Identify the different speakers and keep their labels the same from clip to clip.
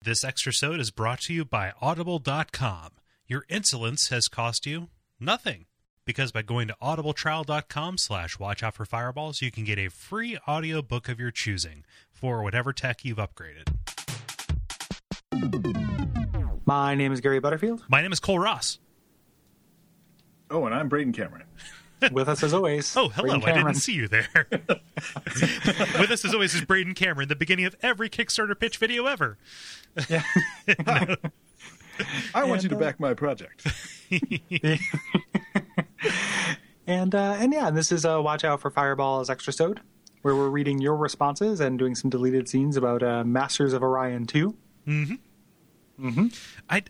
Speaker 1: This extrasode is brought to you by Audible.com. Your insolence has cost you nothing. Because by going to audibletrial.com slash watch out for fireballs, you can get a free audiobook of your choosing for whatever tech you've upgraded.
Speaker 2: My name is Gary Butterfield.
Speaker 1: My name is Cole Ross.
Speaker 3: Oh, and I'm Braden Cameron.
Speaker 2: With us as always.
Speaker 1: Oh, hello.
Speaker 2: Braden
Speaker 1: I
Speaker 2: Cameron.
Speaker 1: didn't see you there. With us, as always, is Braden Cameron, the beginning of every Kickstarter pitch video ever.
Speaker 3: I want you
Speaker 2: And,
Speaker 3: to
Speaker 2: uh,
Speaker 3: back my project.
Speaker 2: And uh, and yeah, and this is uh, Watch Out for Fireballs Extra Sode, where we're reading your responses and doing some deleted scenes about uh, Masters of Orion 2.
Speaker 1: I,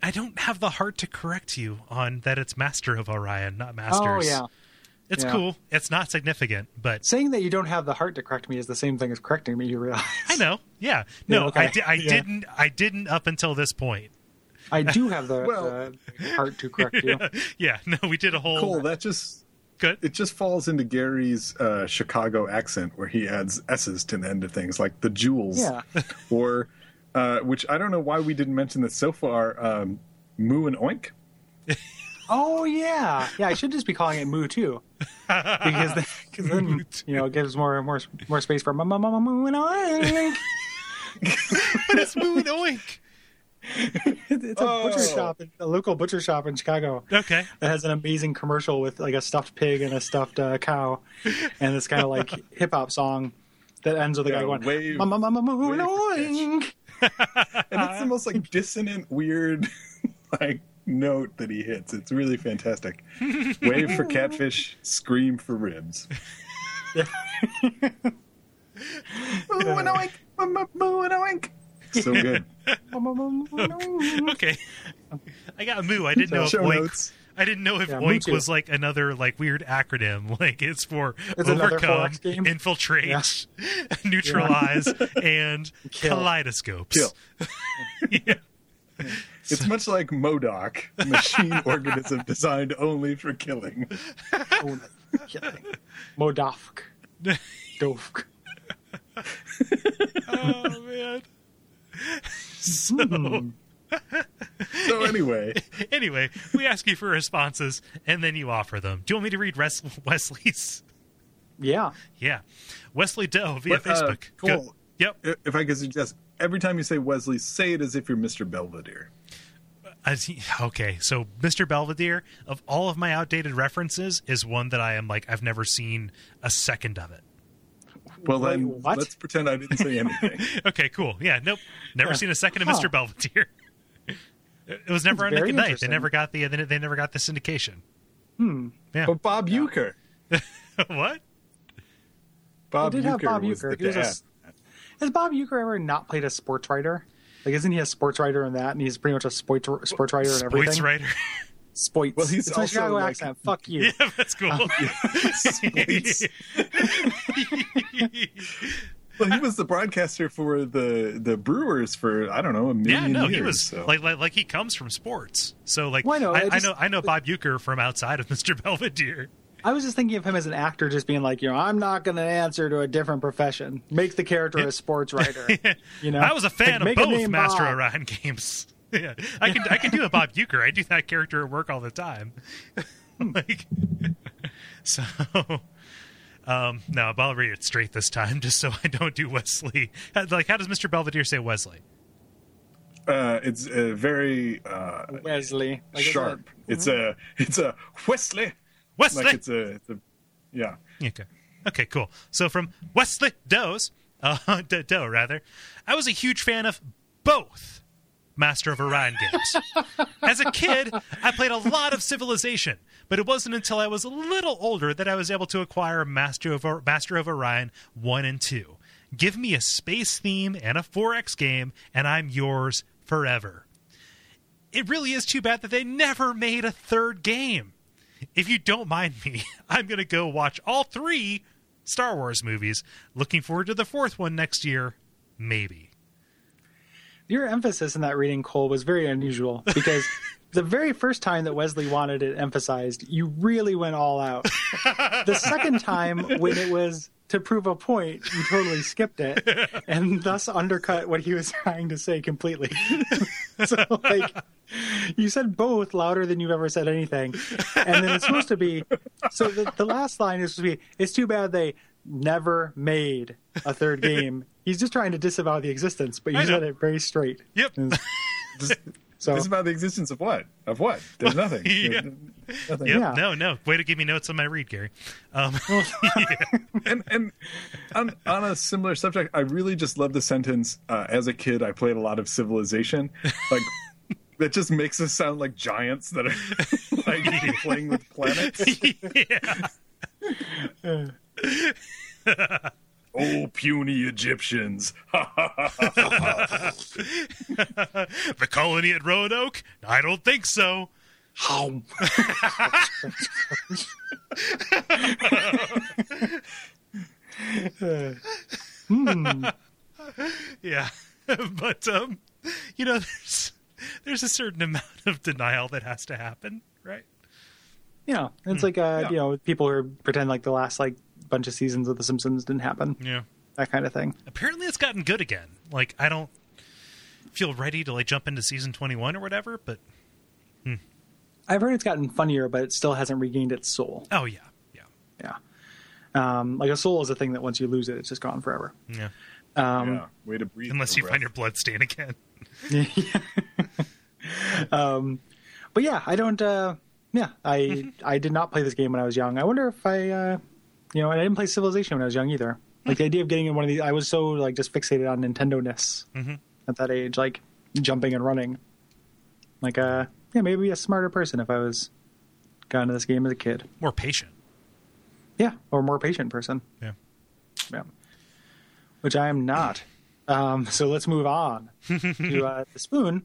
Speaker 1: I don't have the heart to correct you on that it's Master of Orion, not Masters.
Speaker 2: Oh, yeah.
Speaker 1: It's
Speaker 2: Yeah.
Speaker 1: cool. It's not significant, but
Speaker 2: Saying that you don't have the heart to correct me is the same thing as correcting me, you realize.
Speaker 1: I know. Yeah. No,
Speaker 2: Yeah, okay.
Speaker 1: I, di- I
Speaker 2: Yeah.
Speaker 1: didn't. I didn't up until this point.
Speaker 2: I do have the,
Speaker 3: Well-
Speaker 2: the heart to correct you.
Speaker 1: yeah. No, we did a whole
Speaker 3: Cole, that just
Speaker 1: good.
Speaker 3: it just falls into Gary's uh, Chicago accent where he adds s's to the end of things, like the jewels,
Speaker 2: Yeah.
Speaker 3: or uh, which I don't know why we didn't mention this so far. Um, Moo and oink.
Speaker 2: Oh, yeah. Yeah, I should just be calling it Moo, too. Because then, cause then you know, it gives more more more space for Moo Moo Moo Moo and Oink.
Speaker 1: But it's Moo and Oink.
Speaker 2: It's a butcher
Speaker 3: Oh.
Speaker 2: shop, a local butcher shop in Chicago.
Speaker 1: Okay.
Speaker 2: that has an amazing commercial with like a stuffed pig and a stuffed uh, cow, and this kind of like hip hop song that ends with a
Speaker 3: Yeah,
Speaker 2: guy going
Speaker 3: wave-
Speaker 2: "Ma, ma, ma, ma, ma,
Speaker 3: wave
Speaker 2: oink."
Speaker 3: And it's the most like dissonant, weird like note that he hits. It's really fantastic. Wave for catfish, scream for ribs. Moo and oink, moo, moo, moo and oink. So good.
Speaker 2: Ma, ma, ma, ma, oink.
Speaker 1: Okay. I got Moo. I didn't know if
Speaker 3: Show
Speaker 1: Oink.
Speaker 3: notes.
Speaker 1: I didn't know if
Speaker 2: Yeah, Moo
Speaker 1: Oink
Speaker 2: too.
Speaker 1: was like another like weird acronym. Like it's for
Speaker 2: It's another
Speaker 1: overcome,
Speaker 2: 4X game.
Speaker 1: infiltrate,
Speaker 2: Yeah.
Speaker 1: neutralize, and
Speaker 2: Kill.
Speaker 1: kaleidoscopes.
Speaker 3: Kill.
Speaker 1: yeah.
Speaker 3: It's much like Modoc, machine organism designed only for killing.
Speaker 2: Oh, yeah. Modofk, Dofk.
Speaker 1: Oh man.
Speaker 2: Hmm.
Speaker 3: So anyway,
Speaker 1: Anyway, we ask you for responses and then you offer them. Do you want me to read Res- Wesley's?
Speaker 2: Yeah,
Speaker 1: Yeah. Wesley Doe via
Speaker 3: What, uh,
Speaker 1: Facebook. Go-
Speaker 3: Cole.
Speaker 1: Yep.
Speaker 3: i- if I could suggest, every time you say Wesley, say it as if you're Mr. Belvedere.
Speaker 1: I see- okay, so Mr. Belvedere, of all of my outdated references, is one that I am like, I've never seen a second of it.
Speaker 3: Well,
Speaker 2: Wait,
Speaker 3: then
Speaker 2: what?
Speaker 3: let's pretend I didn't say anything.
Speaker 1: Okay, cool. Yeah, nope. Never
Speaker 2: Yeah.
Speaker 1: seen a second of
Speaker 2: Huh.
Speaker 1: Mr. Belvedere. It it was never
Speaker 2: That's
Speaker 1: on Nick
Speaker 2: very
Speaker 1: at Night. They
Speaker 2: interesting.
Speaker 1: never got the they, they never got the syndication. Hmm. Yeah.
Speaker 3: but Bob Euchre.
Speaker 1: what?
Speaker 3: Bob
Speaker 2: did have
Speaker 3: Euchre
Speaker 2: Bob
Speaker 3: was
Speaker 2: Uecker.
Speaker 3: the
Speaker 2: He was a
Speaker 3: dad.
Speaker 2: s- has Bob Euchre ever not played a sports writer? Like, isn't he a sports writer in that? And he's pretty much a sports sports writer in
Speaker 1: Sports
Speaker 2: everything.
Speaker 1: writer.
Speaker 2: Spoits.
Speaker 3: Well, he's
Speaker 2: it's my
Speaker 3: also,
Speaker 2: Chicago
Speaker 3: like-
Speaker 2: accent. Fuck you.
Speaker 1: yeah, that's cool.
Speaker 3: Spoits. well, he was the broadcaster for the the Brewers for I don't know a million
Speaker 1: yeah, no,
Speaker 3: years.
Speaker 1: he was
Speaker 3: so.
Speaker 1: like, like like he comes from sports. So like
Speaker 2: Well, I know,
Speaker 1: I,
Speaker 2: I just-
Speaker 1: know I know Bob Euchre from outside of Mr. Belvedere.
Speaker 2: I was just thinking of him as an actor, just being like, you know, I'm not going to answer to a different profession. Make the character a sports writer. You know,
Speaker 1: I was a fan
Speaker 2: Like,
Speaker 1: of
Speaker 2: make
Speaker 1: both
Speaker 2: name
Speaker 1: Master
Speaker 2: Bob.
Speaker 1: Orion games. Yeah, I can I can do a Bob Euchre. I do that character at work all the time.
Speaker 2: Hmm.
Speaker 1: like, so, um, no, but I'll read it straight this time, just so I don't do Wesley. Like, how does Mr. Belvedere say Wesley?
Speaker 3: uh, it's a very uh,
Speaker 2: Wesley. Like, isn't
Speaker 3: sharp. It's a it's a Wesley.
Speaker 1: Wesley.
Speaker 3: Like it's a, it's a yeah.
Speaker 1: Okay. Okay, cool. So from Wesley Doe's, uh, D- Doe rather, I was a huge fan of both Master of Orion games. As a kid, I played a lot of Civilization, but it wasn't until I was a little older that I was able to acquire Master of, Or- Master of Orion 1 and 2. Give me a space theme and a 4X game, and I'm yours forever it really is too bad that they never made a third game. If you don't mind me, I'm going to go watch all three Star Wars movies. Looking forward to the fourth one next year, maybe.
Speaker 2: it? Your emphasis in that reading, Cole, was very unusual because the very first time that Wesley wanted it emphasized, you really went all out. The second time, when it was to prove a point, you totally skipped it and thus undercut what he was trying to say completely. so, like, you said both louder than you've ever said anything. And then it's supposed to be so the, the last line is supposed to be it's too bad they never made a third game. He's just trying to disavow the existence, but you
Speaker 1: I know.
Speaker 2: said it very straight.
Speaker 1: Yep.
Speaker 2: And
Speaker 3: This,
Speaker 2: So,
Speaker 3: this is about the existence of what? Of what? There's nothing.
Speaker 1: Yeah.
Speaker 3: There's nothing.
Speaker 1: Yep.
Speaker 2: Yeah.
Speaker 1: No, no. Way to give me notes on my read, Gary. Um,
Speaker 3: and and on, on a similar subject, I really just love the sentence. Uh, As a kid, I played a lot of Civilization, like that just makes us sound like giants that are like playing with planets. Oh, puny Egyptians!
Speaker 1: the colony at Roanoke? I don't think so.
Speaker 2: how?
Speaker 1: Yeah. but um, you know, there's there's a certain amount of denial that has to happen, right?
Speaker 2: Yeah, it's like uh,
Speaker 3: mm, Yeah.
Speaker 2: you know, people who pretend like the last like bunch of seasons of The Simpsons didn't happen,
Speaker 1: Yeah.
Speaker 2: that kind of thing.
Speaker 1: Apparently it's gotten good again. Like I don't feel ready to like jump into season 21 or whatever, but
Speaker 2: I've heard it's gotten funnier, but it still hasn't regained its soul.
Speaker 1: oh yeah. Yeah.
Speaker 2: Yeah, um, like a soul is a thing that once you lose it, it's just gone forever.
Speaker 1: Yeah.
Speaker 2: Um,
Speaker 3: yeah, way to breathe.
Speaker 1: Unless
Speaker 3: the
Speaker 1: you find
Speaker 3: breath.
Speaker 1: your blood stain again.
Speaker 2: um, but yeah, I don't. Uh, yeah, I
Speaker 3: Mm-hmm.
Speaker 2: I did not play this game when I was young. I wonder if I, uh, you know, and I didn't play Civilization when I was young either.
Speaker 3: Hmm.
Speaker 2: Like the idea of getting in one of these, I was so like just fixated on Nintendo E ness
Speaker 1: Mhm.
Speaker 2: at that age, like jumping and running. Like, uh, yeah, maybe be a smarter person if I was got into this game as a kid.
Speaker 1: More patient.
Speaker 2: Yeah, or a more patient person.
Speaker 1: Yeah.
Speaker 2: Yeah. Which I am not. Um, so let's move on to uh, the spoon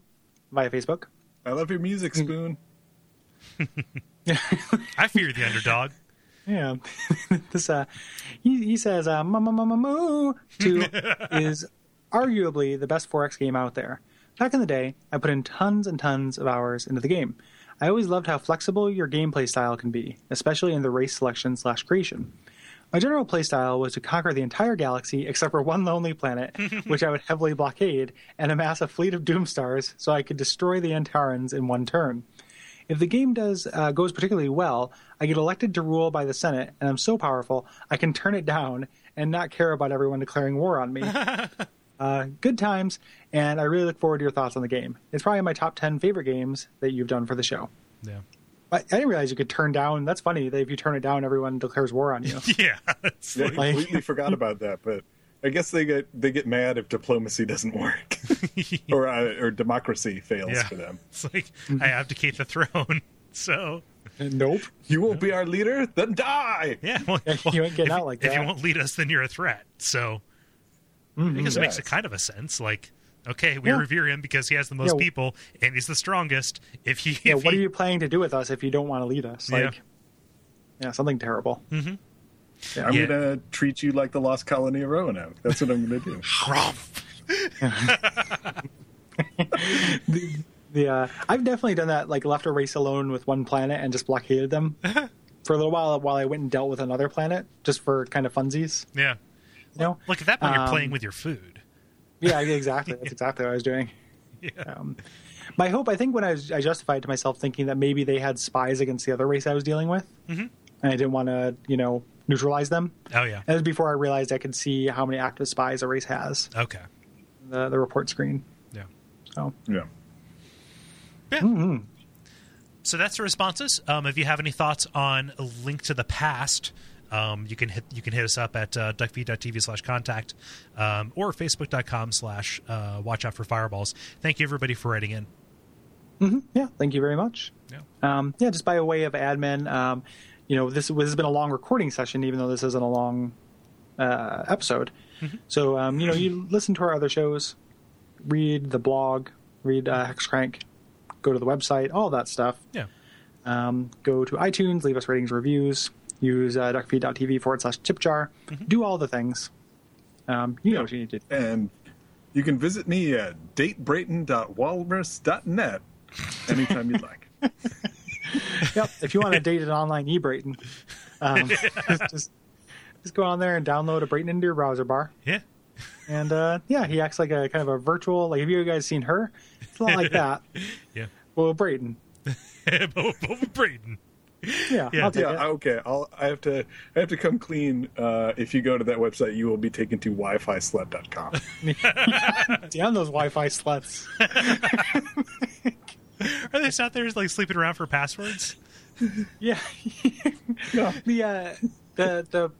Speaker 2: via Facebook.
Speaker 3: I love your music,
Speaker 2: Mm.
Speaker 3: Spoon.
Speaker 1: I fear the underdog.
Speaker 2: Yeah. this uh he, he says uh "Mu- mu- mu- mu- mu" two is arguably the best 4X game out there. Back in the day, I put in tons and tons of hours into the game. I always loved how flexible your gameplay style can be, especially in the race selection slash creation. My general playstyle was to conquer the entire galaxy except for one lonely planet, which I would heavily blockade, and amass a fleet of Doomstars so I could destroy the Antarans in one turn. If the game does uh, goes particularly well, I get elected to rule by the Senate, and I'm so powerful I can turn it down and not care about everyone declaring war on me. uh, good times, and I really look forward to your thoughts on the game. It's probably my top ten favorite games that you've done for the show.
Speaker 1: Yeah.
Speaker 2: I, I didn't realize you could turn down. That's funny that if you turn it down, everyone declares war on you.
Speaker 1: Yeah. It's
Speaker 3: Yeah, I
Speaker 1: like-
Speaker 2: Like-
Speaker 3: completely forgot about that, but I guess they get they get mad if diplomacy doesn't work, or uh, or democracy fails
Speaker 1: yeah.
Speaker 3: for them.
Speaker 1: It's like I abdicate the throne. So
Speaker 2: nope.
Speaker 3: You won't be our leader, then die.
Speaker 1: Yeah, well,
Speaker 2: Yeah, you
Speaker 1: well,
Speaker 2: ain't getting
Speaker 1: if,
Speaker 2: out like
Speaker 1: if you
Speaker 2: that.
Speaker 1: won't lead us, then you're a threat. So I guess it makes it
Speaker 3: Yes.
Speaker 1: kind of a sense. Like, okay, we
Speaker 2: Yeah.
Speaker 1: revere him because he has the most
Speaker 2: Yeah.
Speaker 1: people and he's the strongest. If he,
Speaker 2: Yeah.
Speaker 1: if
Speaker 2: What are
Speaker 1: he-
Speaker 2: you planning to do with us if you don't want to lead us?
Speaker 1: Yeah.
Speaker 2: Like, yeah, something terrible.
Speaker 3: I'm
Speaker 1: Yeah.
Speaker 3: gonna treat you like the lost colony of Roanoke. That's what I'm gonna do.
Speaker 2: The uh, I've definitely done that. Like left a race alone with one planet and just blockaded them for a little while while I went and dealt with another planet just for kind of funsies.
Speaker 1: yeah,
Speaker 2: You know?
Speaker 1: like at that point, you're
Speaker 2: Um,
Speaker 1: playing with your food.
Speaker 2: Yeah, exactly. That's exactly what I was doing.
Speaker 1: Yeah.
Speaker 2: Um, my hope, I think, when I was, I justified to myself thinking that maybe they had spies against the other race I was dealing with,
Speaker 1: Mhm.
Speaker 2: and I didn't want to, you know, neutralize them.
Speaker 1: Oh yeah,
Speaker 2: That was before I realized I could see how many active spies a race has
Speaker 1: okay,
Speaker 2: the the report screen.
Speaker 1: yeah.
Speaker 2: So
Speaker 3: Yeah.
Speaker 1: Yeah. So that's the responses. Um, if you have any thoughts on a link to the past, um, you can hit you can hit us up at uh, duckfeed.tv slash contact um, or facebook.com slash uh, watch out for fireballs. Thank you everybody for writing in.
Speaker 2: yeah, thank you very much.
Speaker 1: Yeah.
Speaker 2: Um, yeah, just by way of admin, um, you know, this, this has been a long recording session, even though this isn't a long uh, episode. So, um, you know, you listen to our other shows, read the blog, read uh, Hexcrank, go to the website, all that stuff.
Speaker 1: Yeah.
Speaker 2: Um, go to iTunes, leave us ratings, reviews, use uh, duckfeed.tv forward slash tip jar, do all the things. Um, you know what you need to do.
Speaker 3: And you can visit me at datebrayton.walrus.net anytime you'd like.
Speaker 2: Yep. If you want to date an online e Brayton, um, just Just go on there and download a Brayton into your browser bar.
Speaker 1: Yeah.
Speaker 2: And uh, yeah, he acts like a kind of a virtual. Like, have you guys seen her? It's a lot like that.
Speaker 1: Yeah.
Speaker 2: Well, Brayton.
Speaker 1: Bo- Bo- Braden.
Speaker 2: Yeah,
Speaker 1: Yeah.
Speaker 2: I'll take
Speaker 3: yeah,
Speaker 2: it.
Speaker 3: I- okay. I'll, I have to. I have to come clean. Uh, if you go to that website, you will be taken to wifisled.com.
Speaker 2: Damn those Wi-Fi sluts.
Speaker 1: Are they just out there like sleeping around for passwords?
Speaker 2: Yeah.
Speaker 3: Yeah.
Speaker 2: the uh, the the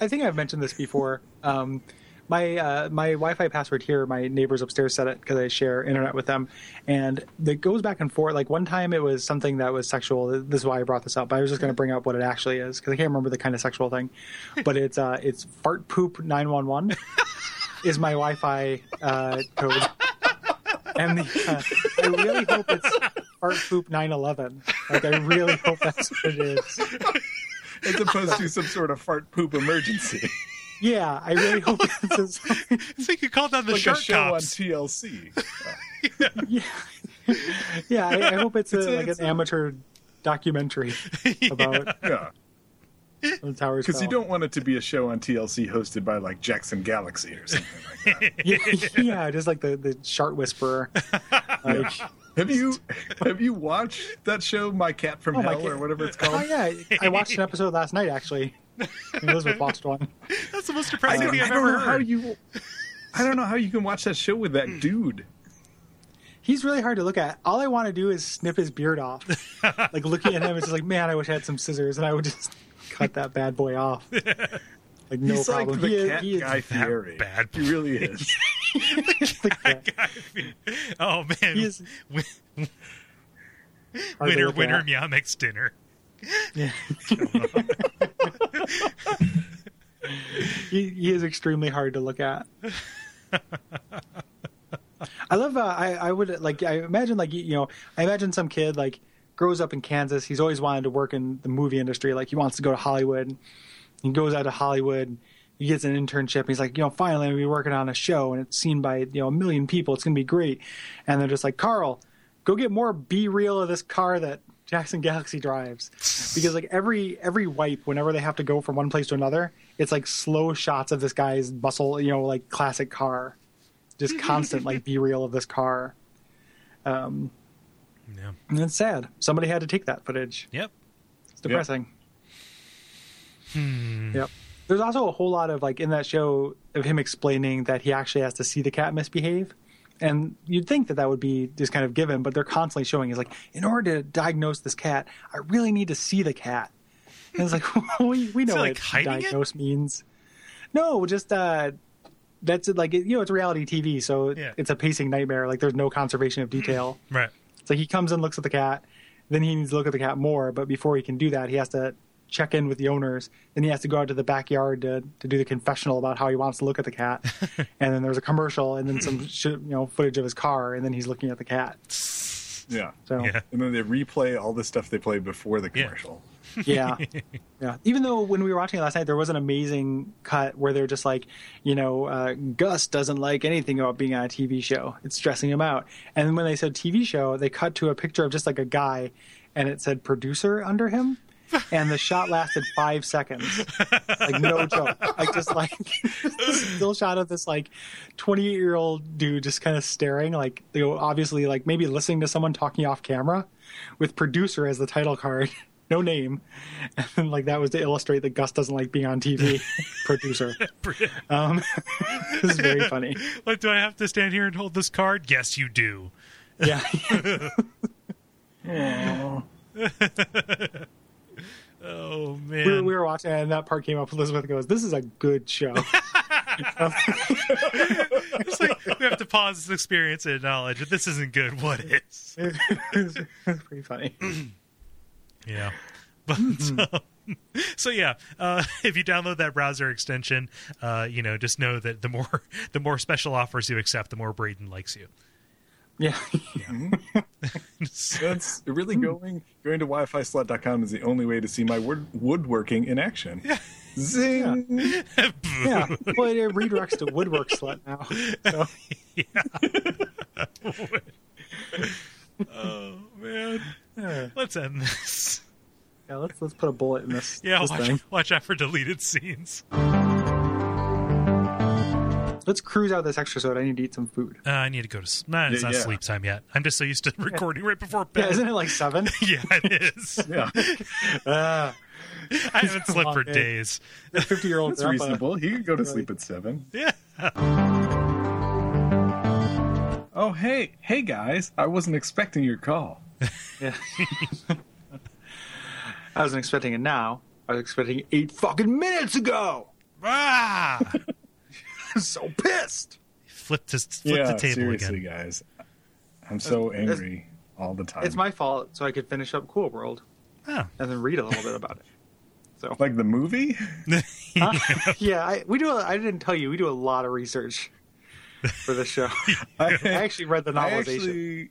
Speaker 2: I think I've mentioned this before. Um, my uh, my Wi-Fi password here. My neighbors upstairs set it because I share internet with them, and it goes back and forth. Like one time, it was something that was sexual. This is why I brought this up. But I was just going to bring up what it actually is because I can't remember the kind of sexual thing. But it's uh, it's fart poop nine one one is my Wi-Fi uh, code. And the, uh, I really hope it's fart poop 911. Like I really hope that's what it is.
Speaker 3: as opposed to some sort of fart poop emergency,
Speaker 2: Yeah, I really hope this is.
Speaker 1: It's like you called down the
Speaker 3: like
Speaker 1: shark
Speaker 3: a show
Speaker 1: cops.
Speaker 3: on TLC.
Speaker 2: Yeah, yeah I, I hope it's, a,
Speaker 3: It's a-
Speaker 2: like
Speaker 3: it's
Speaker 2: an
Speaker 3: a-
Speaker 2: amateur documentary about
Speaker 3: yeah,
Speaker 2: the towers.
Speaker 3: because you
Speaker 2: fell.
Speaker 3: don't want it to be a show on TLC hosted by like Jackson Galaxy or something like that.
Speaker 2: Yeah, yeah, just like the the shark whisperer. Like,
Speaker 3: have you Have you watched that show, My Cat from
Speaker 2: Oh, My
Speaker 3: Hell, or
Speaker 2: Cat-
Speaker 3: whatever it's
Speaker 2: oh
Speaker 3: called?
Speaker 2: yeah, I watched an episode last night actually. And Elizabeth watched one.
Speaker 1: That's the most
Speaker 3: I
Speaker 1: depressing
Speaker 3: don't,
Speaker 1: thing
Speaker 3: I
Speaker 1: I've
Speaker 3: don't
Speaker 1: ever
Speaker 3: know how
Speaker 1: heard.
Speaker 3: you. I don't know how you can watch that show with that dude.
Speaker 2: He's really hard to look at. All I want to do is snip his beard off. Like looking at him, it's just like, man, I wish I had some scissors, and I would just cut that bad boy off. Like no
Speaker 3: He's
Speaker 2: problem.
Speaker 3: like the
Speaker 2: He is-
Speaker 3: cat
Speaker 2: he is-
Speaker 3: guy Fieri.
Speaker 1: bad
Speaker 3: He really is.
Speaker 1: Oh man,
Speaker 2: He is-
Speaker 1: Win-
Speaker 2: hard to
Speaker 1: winner
Speaker 2: look
Speaker 1: winner
Speaker 2: at.
Speaker 1: meow makes dinner.
Speaker 2: Yeah. he, he is extremely hard to look at. I love. Uh, I I would like. I imagine like you know. I imagine some kid like grows up in Kansas. He's always wanted to work in the movie industry. Like he wants to go to Hollywood. He goes out to Hollywood. He gets an internship. He's like, you know, finally I'm gonna be working on a show and it's seen by you know a million people. It's gonna be great. And they're just like, Carl, go get more B reel of this car that Jackson Galaxy drives because like every every wipe whenever they have to go from one place to another it's like slow shots of this guy's bustle you know like classic car just constant like b-reel of this car
Speaker 1: Yeah.
Speaker 2: and it's sad somebody had to take that footage
Speaker 1: Yep.
Speaker 2: it's depressing
Speaker 1: Hmm.
Speaker 2: yep there's also a whole lot of like in that show of him explaining that he actually has to see the cat misbehave and you'd think that that would be just kind of given but they're constantly showing he's like in order to diagnose this cat i really need to see the cat and it's like we, we know
Speaker 1: it, like,
Speaker 2: what
Speaker 1: hiding it?
Speaker 2: diagnose means no just uh that's it, like it, you know it's reality tv so
Speaker 1: Yeah.
Speaker 2: it's a pacing nightmare like there's no conservation of detail
Speaker 1: Right.
Speaker 2: so he comes and looks at the cat. Then he needs to look at the cat more. But before he can do that, he has to check in with the owners. Then he has to go out to the backyard to, to do the confessional about how he wants to look at the cat. and then there's a commercial and then some sh- you know footage of his car. And then he's looking at the cat.
Speaker 3: Yeah.
Speaker 2: So
Speaker 1: Yeah.
Speaker 2: yeah.
Speaker 3: And then they replay all the stuff they played before the
Speaker 1: Yeah.
Speaker 3: commercial.
Speaker 2: yeah. Even though when we were watching it last night, there was an amazing cut where they're just like, you know, uh, Gus doesn't like anything about being on a TV show. It's stressing him out. And when they said TV show, they cut to a picture of just like a guy, and it said producer under him. And the shot lasted five seconds, like no joke, like just like still shot of this like twenty eight year old dude just kind of staring, like you know, obviously like maybe listening to someone talking off camera, with producer as the title card, no name, and like that was to illustrate that Gus doesn't like being on TV. producer. Um, this is very funny.
Speaker 1: Like, do I have to stand here and hold this card? Yes, you do.
Speaker 2: Yeah.
Speaker 1: Oh
Speaker 2: We were,
Speaker 1: man.
Speaker 2: we were watching and that part came up. Elizabeth goes, This is a good show.
Speaker 1: It's like we have to pause this experience and acknowledge that this isn't good. What is?
Speaker 2: it's pretty funny.
Speaker 1: Yeah. But
Speaker 2: Mm-hmm.
Speaker 1: so, so yeah, uh, if you download that browser extension, uh, you know, just know that the more the more special offers you accept, the more Braden likes you.
Speaker 2: Yeah.
Speaker 3: That's really
Speaker 2: Hmm.
Speaker 3: going going to wifislot.com is the only way to see my wood, woodworking in action. Zing.
Speaker 2: Yeah. Well, it redirects to Woodwork Slut now. So,
Speaker 1: oh man.
Speaker 2: yeah.
Speaker 1: oh, Let's end this.
Speaker 2: Yeah, let's, Let's, let's put a bullet in this,
Speaker 1: Yeah,
Speaker 2: this
Speaker 1: watch,
Speaker 2: thing.
Speaker 1: watch out for deleted scenes. Uh,
Speaker 2: Let's cruise out this extra soda. I need to eat some food.
Speaker 1: Uh, I need to go to sleep. Nah, it's
Speaker 3: Yeah,
Speaker 1: not
Speaker 3: yeah.
Speaker 1: sleep time yet. I'm just so used to recording right before
Speaker 2: Yeah,
Speaker 1: bed.
Speaker 2: isn't it like seven?
Speaker 1: Yeah, it is.
Speaker 3: Yeah,
Speaker 2: Ah,
Speaker 1: I haven't slept for
Speaker 2: Okay.
Speaker 1: days.
Speaker 2: the fifty-year-old
Speaker 3: that's reasonable. He could go to sleep at seven.
Speaker 1: Yeah.
Speaker 3: Oh, hey, hey guys! I wasn't expecting your call.
Speaker 2: Yeah. I wasn't expecting it now. I was expecting it eight fucking minutes ago.
Speaker 1: Ah!
Speaker 2: I'm so pissed.
Speaker 1: flipped his, flipped the table
Speaker 3: seriously,
Speaker 1: again.
Speaker 3: guys, I'm so angry all the time.
Speaker 2: It's my fault, so I could finish up Cool World
Speaker 1: Oh.
Speaker 2: and then read a little bit about it. So
Speaker 3: like the movie.
Speaker 2: Huh? yeah, I, we do. A, I didn't tell you. We do a lot of research for the show. I actually read the
Speaker 3: I
Speaker 2: novelization.
Speaker 3: actually,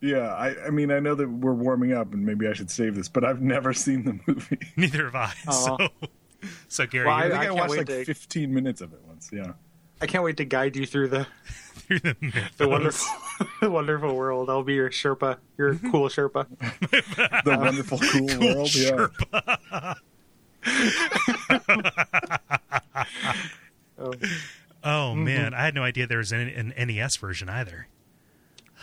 Speaker 3: yeah. I, I mean, I know that we're warming up, and maybe I should save this, but I've never seen the movie.
Speaker 1: Neither have I.
Speaker 2: Oh.
Speaker 1: So, so Gary,
Speaker 2: Well,
Speaker 1: you're
Speaker 3: I
Speaker 2: I
Speaker 3: think I,
Speaker 2: can't
Speaker 3: watched
Speaker 2: wait
Speaker 3: like
Speaker 2: to-
Speaker 3: 15 minutes of it once. Yeah,
Speaker 2: I can't wait to guide you through the
Speaker 1: through the mythos.
Speaker 2: the wonderful the wonderful world. I'll be your Sherpa, your cool Sherpa.
Speaker 3: the wonderful, cool, world.
Speaker 1: Sure.
Speaker 2: Oh,
Speaker 1: Oh
Speaker 2: Mm-hmm.
Speaker 1: man, I had no idea there was an, an NES version either.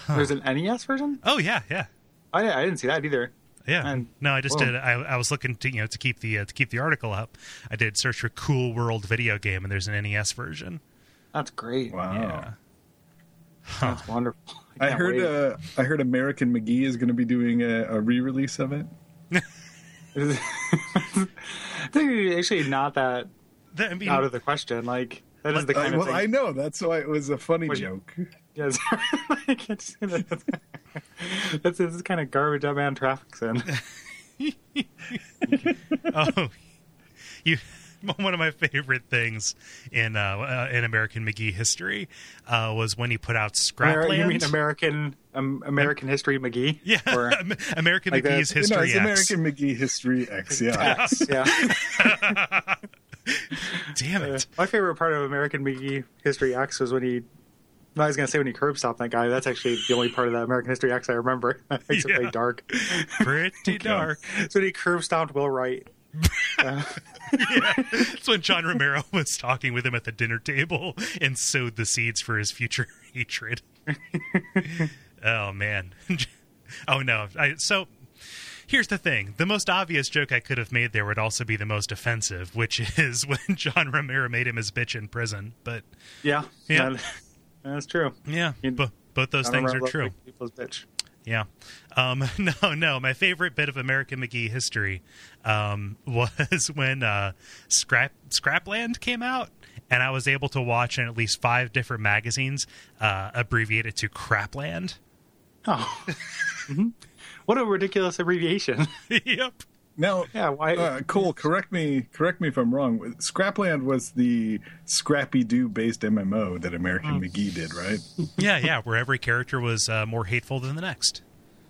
Speaker 2: There's an NES version.
Speaker 1: Oh yeah, yeah,
Speaker 2: I, I didn't see that either.
Speaker 1: yeah.
Speaker 2: And-
Speaker 1: no, I just
Speaker 2: whoa.
Speaker 1: did. I, I was looking to you know to keep the uh, to keep the article up. I did search for Cool World video game, and there's an NES version.
Speaker 2: That's great.
Speaker 3: Yeah. Wow.
Speaker 1: Yeah.
Speaker 2: That's wonderful.
Speaker 3: I
Speaker 2: can't
Speaker 3: heard.
Speaker 2: wait.
Speaker 3: Uh, I heard American McGee is going to be doing a, a re-release of it. uh,
Speaker 2: Is- I think it's actually not that
Speaker 1: That- I mean,
Speaker 2: out of the question. Like that is the
Speaker 3: I,
Speaker 2: kind of
Speaker 3: well,
Speaker 2: thing.
Speaker 3: I know that's why it was a funny
Speaker 2: Was it-
Speaker 3: joke.
Speaker 2: Yes. I can't say that. That's this is kind of garbage that man traffics in.
Speaker 1: oh, you. One of my favorite things in uh, uh, in American McGee history uh, was when he put out
Speaker 2: Amer-
Speaker 1: Scrapland.
Speaker 2: you mean American um, American History McGee?
Speaker 1: yeah,
Speaker 2: Or,
Speaker 1: American
Speaker 2: Like that-
Speaker 1: McGee's
Speaker 2: you know,
Speaker 1: history.
Speaker 3: uh, you know, it's
Speaker 1: X.
Speaker 3: American McGee History X. Yeah.
Speaker 2: X, yeah.
Speaker 1: Damn
Speaker 2: Uh,
Speaker 1: it!
Speaker 2: My favorite part of American McGee History X was when he. no, I was gonna say when he curb stopped that guy. That's actually the only part of that American History X I remember. That makes
Speaker 1: Yeah.
Speaker 2: it really dark. Uh,
Speaker 1: Pretty dark.
Speaker 2: So when he curb stomped Will Wright. Uh,
Speaker 1: That's when John Romero was talking with him at the dinner table and sowed the seeds for his future hatred. oh man. oh no. I, so here's the thing: the most obvious joke I could have made there would also be the most offensive, which is when John Romero made him his bitch in prison. But
Speaker 2: Yeah,
Speaker 1: Yeah.
Speaker 2: that- that's true.
Speaker 1: yeah,
Speaker 2: You-
Speaker 1: bo- both those things are
Speaker 2: Honorable
Speaker 1: true.
Speaker 2: People's bitch.
Speaker 1: Yeah. Um, no, no. My favorite bit of American McGee history um, was when uh, Scrap Scrapland came out, and I was able to watch in at least five different magazines uh, abbreviate it to Crapland.
Speaker 2: Oh, Mhm. what a ridiculous abbreviation!
Speaker 1: yep.
Speaker 3: Now,
Speaker 2: Yeah, why-
Speaker 3: Uh, Cole, correct me, correct me if I'm wrong. Scrapland was the Scrappy Doo based MMO that American
Speaker 1: Hmm.
Speaker 3: McGee did, right?
Speaker 1: Yeah, yeah. Where every character was uh, more hateful than the next,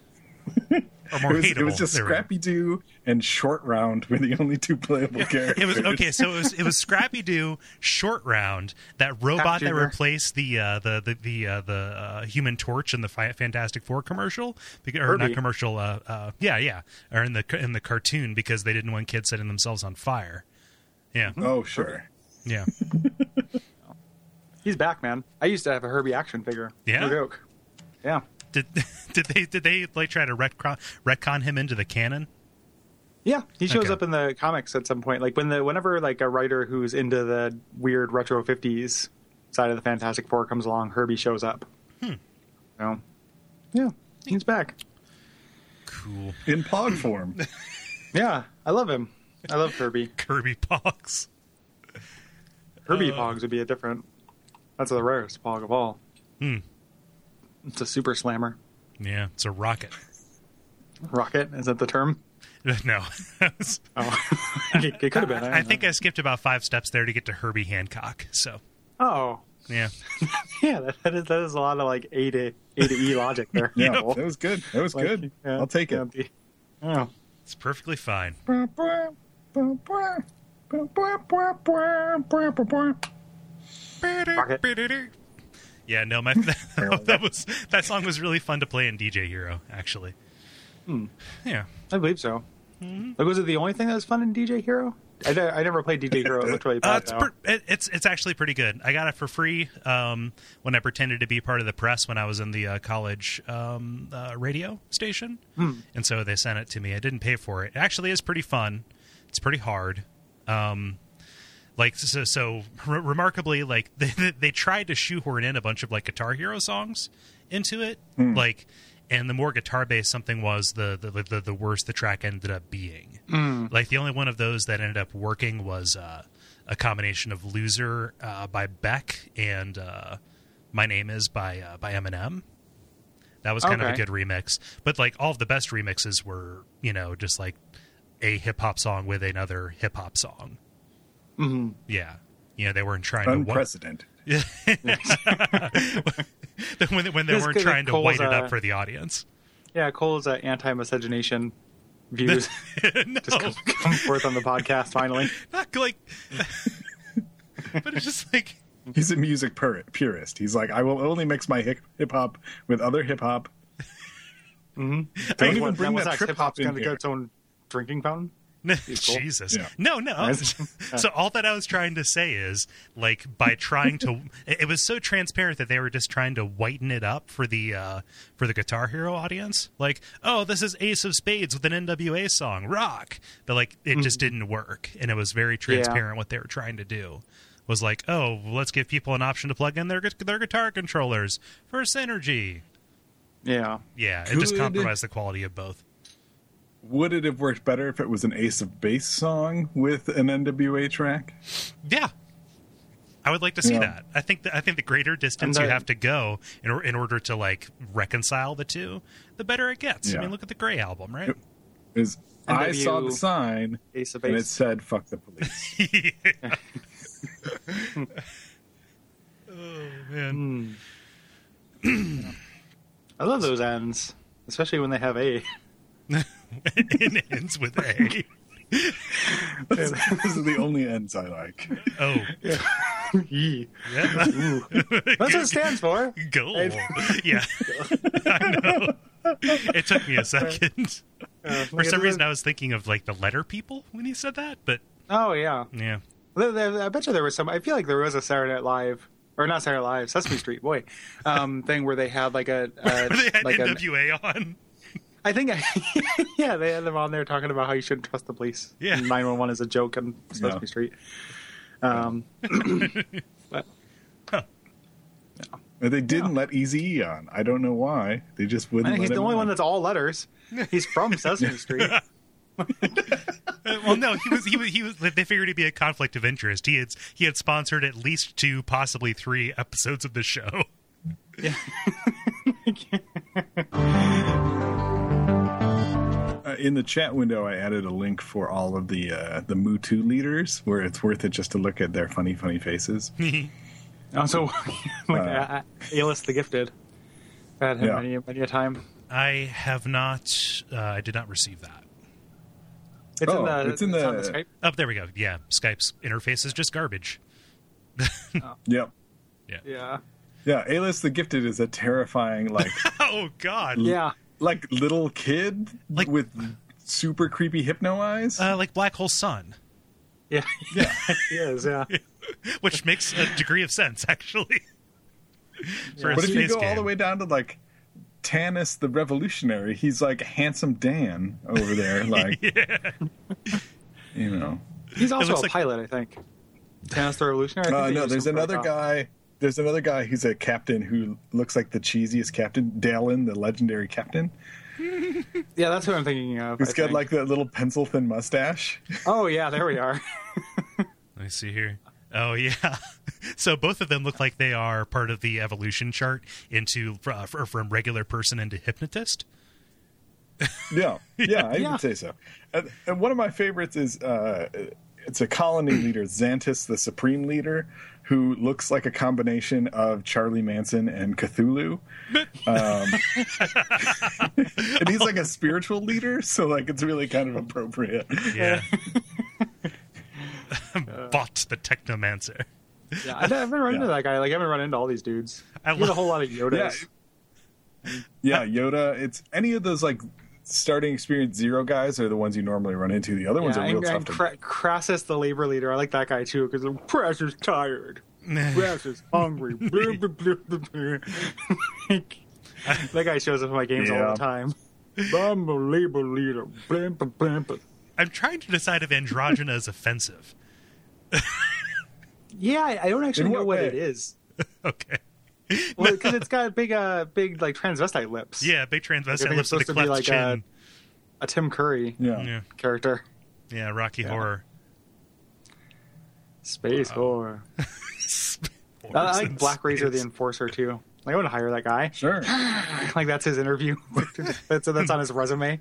Speaker 1: or more
Speaker 3: it, was,
Speaker 1: hateable.
Speaker 3: it was just
Speaker 1: There we go.
Speaker 3: Scrappy Doo and Short Round were the only two playable characters.
Speaker 1: It was okay. So it was it was Scrappy Doo, Short Round, that robot that
Speaker 2: Jr.
Speaker 1: replaced the uh, the the the, uh, the uh, Human Torch in the Fi- Fantastic Four commercial, beca- or not
Speaker 2: Herbie.
Speaker 1: commercial. Uh, uh, yeah, yeah, or in the in the cartoon because they didn't want kids setting themselves on fire. Yeah,
Speaker 3: Oh, sure.
Speaker 1: yeah,
Speaker 2: He's back, man. I used to have a Herbie action figure.
Speaker 1: Yeah?
Speaker 2: no joke. Yeah,
Speaker 1: Did did they did they like try to retcon, retcon him into the canon?
Speaker 2: yeah. He shows
Speaker 1: Okay.
Speaker 2: up in the comics at some point. Like when the whenever like a writer who's into the weird retro fifties side of the Fantastic Four comes along, Herbie shows up. Hmm. So, yeah, he's back.
Speaker 1: Cool
Speaker 3: In Pog form.
Speaker 2: Yeah, I love him. I love Herbie.
Speaker 1: Kirby Pox.
Speaker 2: Herbie
Speaker 1: Uh,
Speaker 2: Pogs would be a different. That's the rarest Pog of all.
Speaker 1: Hmm.
Speaker 2: It's a super slammer.
Speaker 1: Yeah, it's a rocket.
Speaker 2: Rocket is that the term?
Speaker 1: No,
Speaker 2: Oh, it, it could have been.
Speaker 1: I think I skipped about five steps there to get to Herbie Hancock. So
Speaker 2: Oh,
Speaker 1: yeah.
Speaker 2: yeah. That, that is that is a lot of like A to A to E logic there.
Speaker 3: Yeah,
Speaker 1: Yep.
Speaker 3: that was good. That was
Speaker 2: Like,
Speaker 3: good.
Speaker 2: yeah,
Speaker 3: I'll take
Speaker 2: yeah,
Speaker 3: it.
Speaker 2: be- Oh,
Speaker 1: It's perfectly fine. Yeah, no, my that was
Speaker 2: Hmm.
Speaker 1: that song was really fun to play in DJ Hero, actually. Yeah,
Speaker 2: I believe so. Like, was it the only thing that was fun in DJ Hero? I, ne- I never played DJ Hero. It looked really
Speaker 1: Uh,
Speaker 2: bad.
Speaker 1: it's,
Speaker 2: though.
Speaker 1: per- it- it's it's actually pretty good. I got it for free um, when I pretended to be part of the press when I was in the uh, college um, uh, radio station,
Speaker 2: Hmm.
Speaker 1: and so they sent it to me. I didn't pay for it. It actually is pretty fun. It's pretty hard. Um, like so, so re- remarkably, like they, they- they tried to shoehorn in a bunch of like Guitar Hero songs into it, like. And the more guitar based something was, the the, the the worse the track ended up being. Like the only one of those that ended up working was uh, a combination of "Loser" uh, by Beck and uh, "My Name Is" by uh, by Eminem. That was kind of a
Speaker 2: Okay.
Speaker 1: good remix, but like all of the best remixes were, you know, just like a hip hop song with another hip hop song. Mm-hmm. Yeah, you know, they weren't trying to white.
Speaker 3: Unprecedented.
Speaker 1: when they, when they
Speaker 2: This
Speaker 1: weren't
Speaker 2: could-
Speaker 1: trying to
Speaker 2: Cole's,
Speaker 1: white it
Speaker 2: uh,
Speaker 1: up for the audience.
Speaker 2: yeah, Cole's uh, anti-miscegenation views
Speaker 1: no,
Speaker 2: just come, come forth on the podcast finally.
Speaker 1: not like, but it's just like.
Speaker 3: He's a music pur- purist. He's like, I will only mix my hip hop with other hip hop. Don't
Speaker 2: Mm-hmm. That
Speaker 3: even
Speaker 2: was-
Speaker 3: bring
Speaker 2: was
Speaker 3: that
Speaker 2: next.
Speaker 3: trip hop
Speaker 2: Hip-hop's
Speaker 3: in
Speaker 2: gonna go
Speaker 3: here.
Speaker 2: its own drinking fountain. cool.
Speaker 1: Jesus.
Speaker 3: Yeah.
Speaker 1: No, no. so all that I was trying to say is like by trying to it it was so transparent that they were just trying to whiten it up for the uh for the Guitar Hero audience. Like, oh, this is Ace of Spades with an NWA song, rock. But like it
Speaker 3: Mm-hmm.
Speaker 1: just didn't work and it was very transparent what they were trying to do. Was like, oh, well, let's give people an option to plug in their gu- their guitar controllers for synergy.
Speaker 2: Yeah.
Speaker 1: Yeah, it just
Speaker 3: Good.
Speaker 1: compromised the quality of both.
Speaker 3: Would it have worked better if it was an Ace of Base song with an NWA track?
Speaker 1: Yeah. I would like to see
Speaker 3: Yeah.
Speaker 1: that. I think the, I think the greater distance
Speaker 2: And
Speaker 1: you
Speaker 2: the-
Speaker 1: have to go in, or, in order to like reconcile the two, the better it gets.
Speaker 3: Yeah.
Speaker 1: I mean, look at the Gray album, right?
Speaker 3: Is I saw
Speaker 2: NW
Speaker 3: the sign
Speaker 2: Ace of
Speaker 3: and it
Speaker 2: Base.
Speaker 3: said "fuck the police."
Speaker 1: oh man,
Speaker 2: I love those ends, especially when they have a. Mm.
Speaker 1: it ends with a.
Speaker 3: this is the only ends I like.
Speaker 1: Oh,
Speaker 2: E.
Speaker 1: yeah.
Speaker 2: That's what it stands for.
Speaker 1: goal. Yeah, I know. It took me a second.
Speaker 2: Uh,
Speaker 1: For some reason, I was thinking of like the letter people when he said that, but
Speaker 2: oh yeah,
Speaker 1: yeah,
Speaker 2: There- there- I bet you there was some. I feel like there was a Saturday Night Live, or not Saturday Night Live, Sesame Street, boy, um, thing where they had like a, uh
Speaker 1: they had
Speaker 2: like an,
Speaker 1: NWA on.
Speaker 2: I think, yeah, they had them on there talking about how you shouldn't trust the police.
Speaker 1: Yeah.
Speaker 2: nine one one is a joke on Sesame
Speaker 3: Yeah.
Speaker 2: Street. Um, but
Speaker 3: They didn't let Easy E on. I don't know why. They just
Speaker 2: I
Speaker 3: wouldn't.
Speaker 2: think
Speaker 3: Let
Speaker 2: he's the
Speaker 3: him
Speaker 2: only
Speaker 3: on.
Speaker 2: one that's all letters. He's from Sesame Street.
Speaker 1: Uh, well, no, he was, he was. He was. They figured it'd be a conflict of interest. He had he had sponsored at least two, possibly three episodes of the show.
Speaker 3: Uh, in the chat window, I added a link for all of the uh, the Mutu leaders, where it's worth it just to look at their funny, funny faces.
Speaker 2: Also, Oh, like uh,
Speaker 3: Uh,
Speaker 2: Alice the Gifted. I've had him
Speaker 3: Yeah.
Speaker 2: many many a time.
Speaker 1: I have not. Uh, I did not receive that.
Speaker 2: It's in
Speaker 3: Oh,
Speaker 2: the
Speaker 3: it's in
Speaker 2: on
Speaker 3: the-
Speaker 2: Skype.
Speaker 1: Oh, there we go. Yeah, Skype's interface is just garbage.
Speaker 3: Yep.
Speaker 1: Yeah.
Speaker 2: Yeah,
Speaker 3: Yeah, Alice the Gifted is a terrifying, like,
Speaker 1: Oh God.
Speaker 2: yeah.
Speaker 3: like little kid
Speaker 1: Like-
Speaker 3: with super creepy hypno eyes.
Speaker 1: Uh, like Black Hole Sun,
Speaker 2: Yeah, yeah, he is. Yeah,
Speaker 1: which makes a degree of sense actually. For a
Speaker 3: but if you
Speaker 1: space
Speaker 3: go all the
Speaker 1: game.
Speaker 3: way down to like Tanis the Revolutionary, he's like handsome Dan over there, like, you know.
Speaker 2: he's also
Speaker 1: looks
Speaker 2: a
Speaker 1: like-
Speaker 2: pilot, I think. Tennis the Revolutionary. I think
Speaker 3: Uh,
Speaker 2: they
Speaker 3: no,
Speaker 2: use
Speaker 3: there's
Speaker 2: him for a
Speaker 3: another
Speaker 2: cop.
Speaker 3: guy. There's another guy who's a captain who looks like the cheesiest captain, Dalen, the legendary captain.
Speaker 2: Yeah, that's who I'm thinking of.
Speaker 3: He's
Speaker 2: I
Speaker 3: got
Speaker 2: think.
Speaker 3: like that little pencil thin mustache.
Speaker 2: oh yeah, there we are.
Speaker 1: Let me see here. Oh yeah. So both of them look like they are part of the evolution chart into uh, fr- from regular person into hypnotist.
Speaker 3: Yeah, yeah, I
Speaker 2: Yeah.
Speaker 3: would say so. And, and one of my favorites is uh, it's a colony leader, Xantus, the supreme leader, who looks like a combination of Charlie Manson and Cthulhu. Um, and he's like a spiritual leader, so like it's really kind of appropriate.
Speaker 1: Yeah. Bot the Technomancer.
Speaker 2: Yeah, I've I've never run into
Speaker 3: Yeah.
Speaker 2: that guy. Like I haven't run into all these dudes.
Speaker 1: I
Speaker 2: I get a
Speaker 1: love-
Speaker 2: whole lot of Yodas.
Speaker 3: Yeah, Yoda. It's any of those like starting experience zero guys are the ones you normally run into. The other ones are
Speaker 2: yeah,
Speaker 3: real
Speaker 2: and,
Speaker 3: tough
Speaker 2: and
Speaker 3: to
Speaker 2: Cra- Crassus, the labor leader, I like that guy too because Crassus tired, Crassus hungry. Blah, blah, blah, blah, blah. Like, that guy shows up in my games all
Speaker 3: Yeah.
Speaker 2: the time. I'm a labor leader. Blah, blah, blah, blah.
Speaker 1: I'm trying to decide if androgyna is offensive.
Speaker 2: Yeah, I- I don't actually
Speaker 3: In
Speaker 2: know
Speaker 3: what
Speaker 2: what
Speaker 3: way?
Speaker 2: it is.
Speaker 1: Okay.
Speaker 2: Well, because it's got big, uh, big like transvestite lips.
Speaker 1: Yeah, big transvestite
Speaker 2: Everything's
Speaker 1: lives with a
Speaker 2: supposed to be
Speaker 1: cleft
Speaker 2: like uh, a,
Speaker 1: chin.
Speaker 2: a Tim Curry
Speaker 3: Yeah.
Speaker 1: yeah.
Speaker 2: character.
Speaker 1: yeah, Rocky Horror.
Speaker 2: Space horror. I, I like Black Razor the Enforcer too. Like, I want to hire that guy.
Speaker 3: Sure.
Speaker 2: Like that's his interview. that's that's on his resume.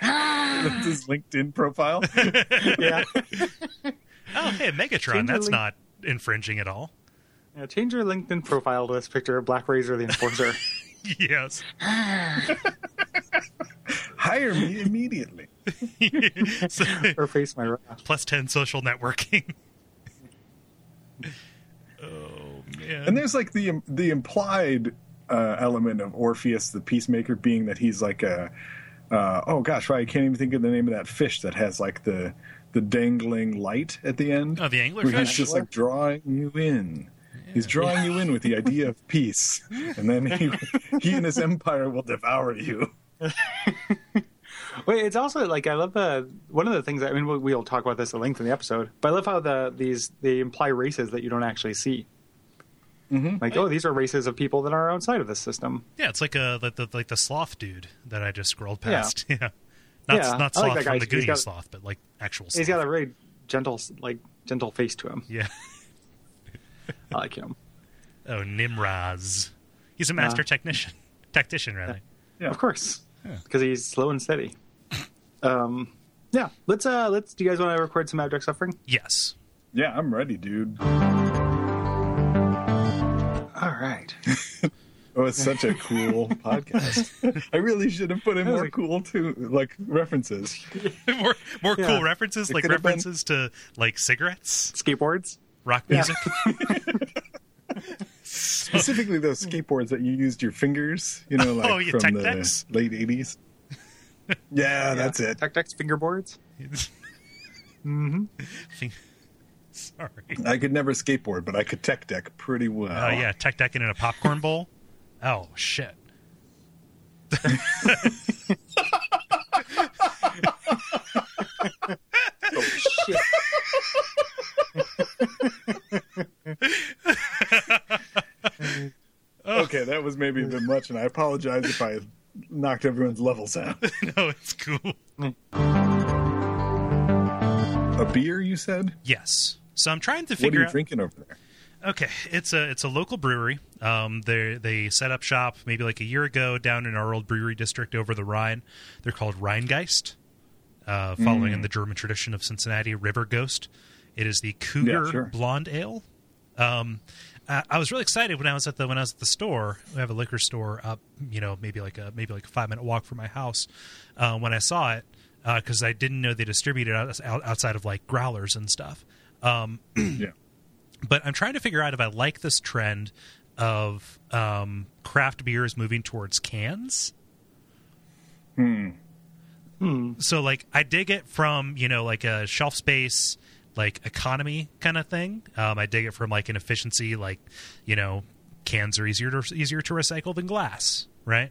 Speaker 3: That's his LinkedIn profile.
Speaker 2: Yeah.
Speaker 1: Oh, hey, Megatron. That's
Speaker 2: Gingerly-
Speaker 1: not infringing at all.
Speaker 2: yeah. Change your LinkedIn profile to this picture of Black Razor the Enforcer.
Speaker 1: Yes.
Speaker 3: Hire me immediately.
Speaker 1: So-
Speaker 2: or face my uh, wrath.
Speaker 1: plus 10 social networking. oh, man.
Speaker 3: And there's like the the implied uh, element of Orpheus the Peacemaker being that he's like a uh, oh gosh, right? I can't even think of the name of that fish that has like the the dangling light at the end.
Speaker 1: Oh, the anglerfish?
Speaker 3: where he's just like drawing you in. He's drawing you in with the idea of peace, and then he he and his empire will devour you.
Speaker 2: Wait, it's also like I love the one of the things. I mean, we'll, we'll talk about this at length in the episode. But I love how the these they imply races that you don't actually see.
Speaker 3: Mm-hmm.
Speaker 2: Like, oh, these are races of people that are outside of this system.
Speaker 1: Yeah, it's like a like the, like the sloth dude that I just scrolled
Speaker 2: Yeah.
Speaker 1: past. Yeah, not
Speaker 2: Yeah,
Speaker 1: not
Speaker 2: I like
Speaker 1: sloth
Speaker 2: that guy
Speaker 1: from the
Speaker 2: too. He's
Speaker 1: Goonies
Speaker 2: got-
Speaker 1: sloth, but like actual. Sloth.
Speaker 2: He's got a very gentle, like gentle face to him.
Speaker 1: yeah.
Speaker 2: I like him.
Speaker 1: Oh, Nimraz. He's a master technician, tactician rather.
Speaker 3: Yeah.
Speaker 2: Of course, because he's slow and steady. um, yeah, let's uh, let's. Do you guys want to record some abject suffering?
Speaker 1: Yes.
Speaker 3: Yeah, I'm ready, dude.
Speaker 2: All right.
Speaker 3: Oh, it's such a cool podcast. I really should have put in more cool too, like references.
Speaker 1: more more
Speaker 2: Yeah.
Speaker 1: cool references,
Speaker 3: It
Speaker 1: like
Speaker 3: could've been-
Speaker 1: references to like cigarettes,
Speaker 2: Skateboards.
Speaker 1: rock
Speaker 2: Yeah.
Speaker 1: music.
Speaker 3: Specifically, those skateboards that you used your fingers, you know, like
Speaker 1: Oh, yeah,
Speaker 3: from the
Speaker 1: Tech-Tex?
Speaker 3: late '80s. Yeah, that's it.
Speaker 2: Tech Dex fingerboards.
Speaker 1: Think- Mm-hmm. Sorry.
Speaker 3: I could never skateboard, but I could tech deck pretty well.
Speaker 1: Oh yeah, tech decking in a popcorn bowl. Oh shit.
Speaker 2: Shit.
Speaker 3: Okay, that was maybe a bit much, and I apologize if I knocked everyone's levels out.
Speaker 1: no, it's cool.
Speaker 3: A beer, you said?
Speaker 1: Yes. So I'm trying to
Speaker 3: What are
Speaker 1: figure
Speaker 3: you
Speaker 1: out.
Speaker 3: drinking over there?
Speaker 1: Okay, it's a it's a local brewery. Um, they they set up shop maybe like a year ago down in our old brewery district over the Rhine. They're called Rheingeist, uh, following
Speaker 3: Mm.
Speaker 1: in the German tradition of Cincinnati River Ghost. It is the Cougar
Speaker 3: Yeah, sure.
Speaker 1: Blonde Ale. Um, I, I was really excited when I was at the when I was at the store. We have a liquor store up, you know, maybe like a maybe like a five minute walk from my house. Uh, when I saw it, because I didn't know they distributed out, out, outside of like growlers and stuff. Um,
Speaker 2: Hmm.
Speaker 3: Yeah.
Speaker 1: but I'm trying to figure out if I like this trend of um, craft beers moving towards cans. Hmm. So like I dig it from you know like a shelf space like economy kind of thing. Um, I dig it from like an efficiency like you know cans are easier to easier to recycle than glass, right?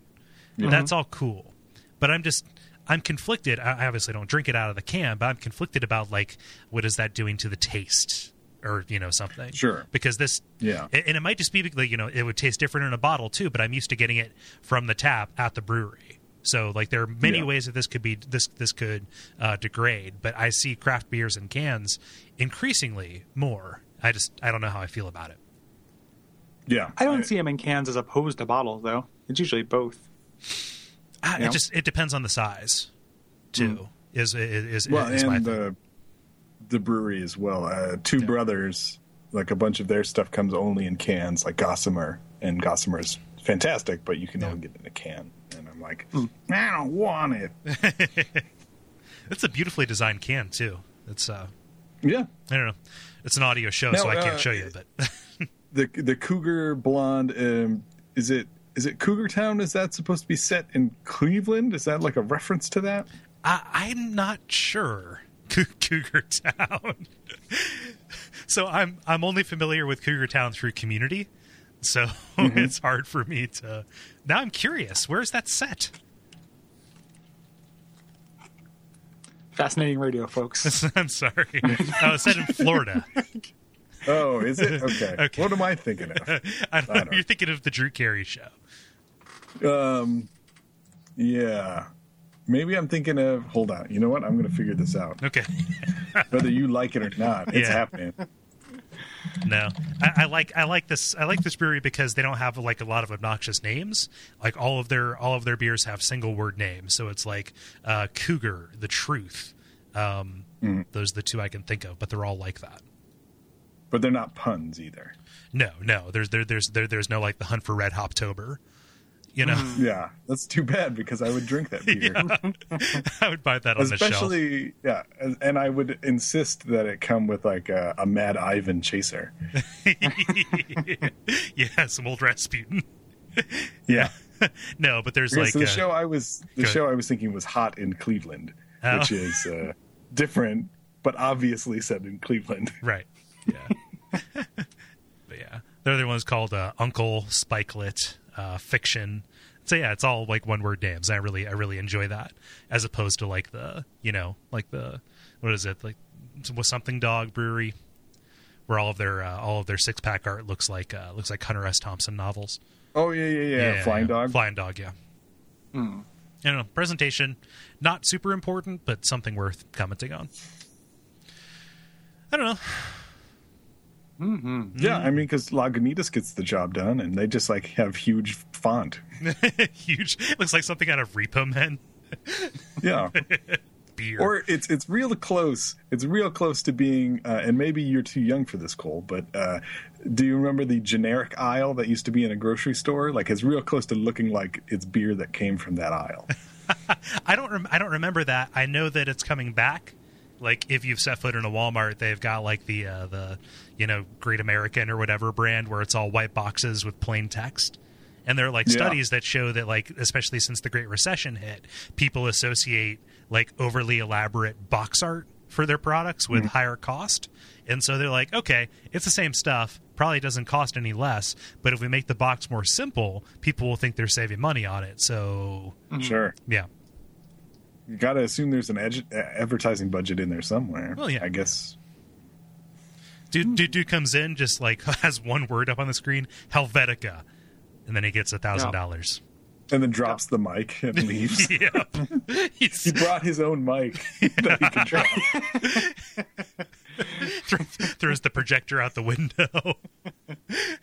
Speaker 3: Mm-hmm.
Speaker 1: That's all cool. But I'm just I'm conflicted. I I obviously don't drink it out of the can, but I'm conflicted about like what is that doing to the taste or you know something.
Speaker 3: Sure.
Speaker 1: Because this
Speaker 3: Yeah.
Speaker 1: a- and it might just be like you know it would taste different in a bottle too, but I'm used to getting it from the tap at the brewery. So like there are many
Speaker 3: Yeah.
Speaker 1: ways that this could be this this could uh, degrade, but I see craft beers and cans increasingly more. I just I don't know how I feel about it.
Speaker 3: Yeah.
Speaker 2: I don't see him in cans as opposed to bottles though. It's usually both.
Speaker 1: Ah,
Speaker 2: Yeah.
Speaker 1: It just it depends on the size, too. Is is is,
Speaker 3: Mm. Well,
Speaker 1: is my
Speaker 3: and
Speaker 1: thing.
Speaker 3: the, the brewery as well. Uh, Two Brothers, like a bunch of their stuff comes only in cans, like Gossamer. And Gossamer is fantastic, but you can only get it in a can. And I'm like,
Speaker 1: Hmm.
Speaker 3: I don't want it.
Speaker 1: It's a beautifully designed can too. It's uh,
Speaker 3: yeah.
Speaker 1: I don't know. It's an audio show,
Speaker 3: No,
Speaker 1: so I
Speaker 3: uh,
Speaker 1: can't show you. But
Speaker 3: The the Cougar Blonde, um, is it is it Cougar Town? Is that supposed to be set in Cleveland? Is that like a reference to that?
Speaker 1: I, I'm not sure. Cou- Cougar Town. so I'm I'm only familiar with Cougar Town through Community, so it's hard for me to. Now I'm curious. Where is that set?
Speaker 2: Fascinating radio, folks.
Speaker 1: I'm sorry. Oh, it's set in Florida.
Speaker 3: Oh, is it? Okay.
Speaker 1: Okay.
Speaker 3: What am I thinking of?
Speaker 1: I don't
Speaker 3: I
Speaker 1: know.
Speaker 3: don't-
Speaker 1: You're thinking of the Drew Carey show.
Speaker 3: Um, yeah. Maybe I'm thinking of. Hold on. You know what? I'm going to figure this out.
Speaker 1: Okay.
Speaker 3: Whether you like it or not, it's
Speaker 1: Yeah.
Speaker 3: happening.
Speaker 1: No, I, I like I like this I like this brewery because they don't have like a lot of obnoxious names. Like all of their all of their beers have single word names, so it's like uh, Cougar, the Truth. Um,
Speaker 3: Mm.
Speaker 1: Those are the two I can think of, but they're all like that.
Speaker 3: But they're not puns either.
Speaker 1: No, no, there's there, there's there, there's no like the hunt for Red Hoptober. You know,
Speaker 3: Yeah. That's too bad because I would drink that beer.
Speaker 1: I would buy that on the shelf.
Speaker 3: Especially, yeah. and- And I would insist that it come with like a, a Mad Ivan chaser.
Speaker 1: yeah, some old Rasputin.
Speaker 3: Yeah.
Speaker 1: no, but there's
Speaker 3: Okay,
Speaker 1: like
Speaker 3: so the
Speaker 1: uh,
Speaker 3: show I was the
Speaker 1: go
Speaker 3: show I was thinking was Hot in Cleveland,
Speaker 1: Oh.
Speaker 3: which is uh, different, but obviously set in Cleveland.
Speaker 1: Right. Yeah. but yeah, the other one's called uh, Uncle Spikelet uh, Fiction. So yeah, it's all like one word names. I really, I really enjoy that as opposed to like the, you know, like the what is it like was something Dog Brewery, where all of their uh, all of their six pack art looks like uh, looks like Hunter S. Thompson novels.
Speaker 3: Oh yeah, yeah, yeah. Flying dog. Hmm.
Speaker 1: Flying Dog. Yeah. You know, presentation not super important, but something worth commenting on. I don't know.
Speaker 3: Yeah, I mean, because Lagunitas gets the job done, and they just like have huge font.
Speaker 1: huge looks like something out of repo men
Speaker 3: Yeah,
Speaker 1: beer
Speaker 3: or it's it's real close. It's real close to being. Uh, and maybe you're too young for this, Cole. But uh, do you remember the generic aisle that used to be in a grocery store? Like it's real close to looking like it's beer that came from that aisle.
Speaker 1: i don't rem- i don't remember that i know that it's coming back like if you've set foot in a walmart they've got like the uh the you know great american or whatever brand where it's all white boxes with plain text and there are like
Speaker 3: Yeah.
Speaker 1: studies that show that like especially since the great recession hit people associate like overly elaborate box art for their products with higher cost and so they're like okay it's the same stuff probably doesn't cost any less but if we make the box more simple people will think they're saving money on it so
Speaker 3: Sure.
Speaker 1: yeah
Speaker 3: You got to assume there's an edge, uh, advertising budget in there somewhere.
Speaker 1: Well, yeah.
Speaker 3: I guess.
Speaker 1: Dude, dude, dude comes in just like has one word up on the screen, Helvetica, and then he gets a thousand dollars.
Speaker 3: And then drops the mic and leaves.
Speaker 1: Yep,
Speaker 3: he
Speaker 1: he's
Speaker 3: brought his own mic that he could drop.
Speaker 1: thro- throws the projector out the window.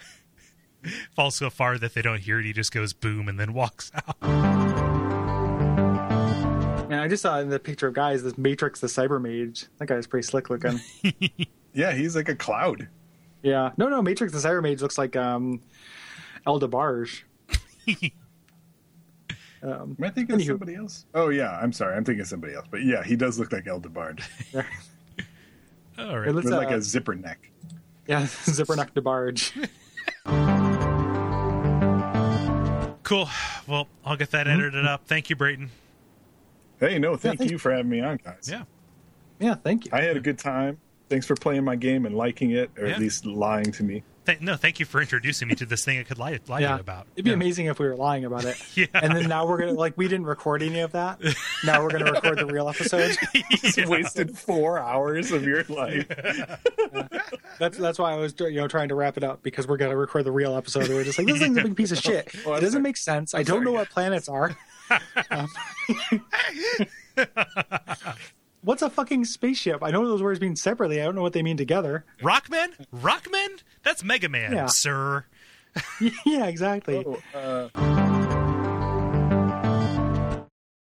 Speaker 1: Falls so far that they don't hear it. He just goes boom and then walks out.
Speaker 2: And I just saw in the picture of guys this Matrix the Cyber Mage. That guy's pretty slick looking.
Speaker 3: Yeah, he's like a cloud.
Speaker 2: yeah. No, no, Matrix the Cyber Mage looks like um, El DeBarge. um,
Speaker 3: Am I thinking of
Speaker 2: Anywho.
Speaker 3: somebody else? Oh yeah, I'm sorry, I'm thinking of somebody else. But yeah, he does look like Eldebard
Speaker 1: All
Speaker 2: it
Speaker 1: right,
Speaker 2: looks
Speaker 3: with like
Speaker 2: uh,
Speaker 3: a zipper neck.
Speaker 2: yeah, zipper neck DeBarge.
Speaker 1: cool. Well, I'll get that edited
Speaker 2: Mm-hmm.
Speaker 1: up. Thank you, Brayton.
Speaker 3: Hey, no, thank
Speaker 2: thanks.
Speaker 3: you for having me on, guys.
Speaker 1: Yeah,
Speaker 2: Yeah, thank you.
Speaker 3: I had a good time. Thanks for playing my game and liking it, or
Speaker 1: Yeah.
Speaker 3: at least lying to me.
Speaker 1: Th- no, thank you for introducing me to this thing I could lie, lie to
Speaker 2: yeah,
Speaker 1: you about.
Speaker 2: it'd be
Speaker 3: Yeah.
Speaker 2: amazing if we were lying about it.
Speaker 1: Yeah.
Speaker 2: And then now we're gonna like we didn't record any of that. Now we're gonna record the real episode.
Speaker 3: Just wasted four hours of your life.
Speaker 2: That's that's why I was you know trying to wrap it up because we're gonna record the real episode. And we're just like this thing's a big piece of shit.
Speaker 3: Oh,
Speaker 2: it
Speaker 3: I'm
Speaker 2: doesn't
Speaker 3: sorry.
Speaker 2: make sense. I don't
Speaker 3: sorry.
Speaker 2: know what planets are. Um, what's a fucking spaceship? I know those words mean separately. I don't know what they mean together.
Speaker 1: Rockman, Rockman, that's Mega Man,
Speaker 2: Yeah.
Speaker 1: sir.
Speaker 2: yeah, exactly.
Speaker 3: Oh, uh,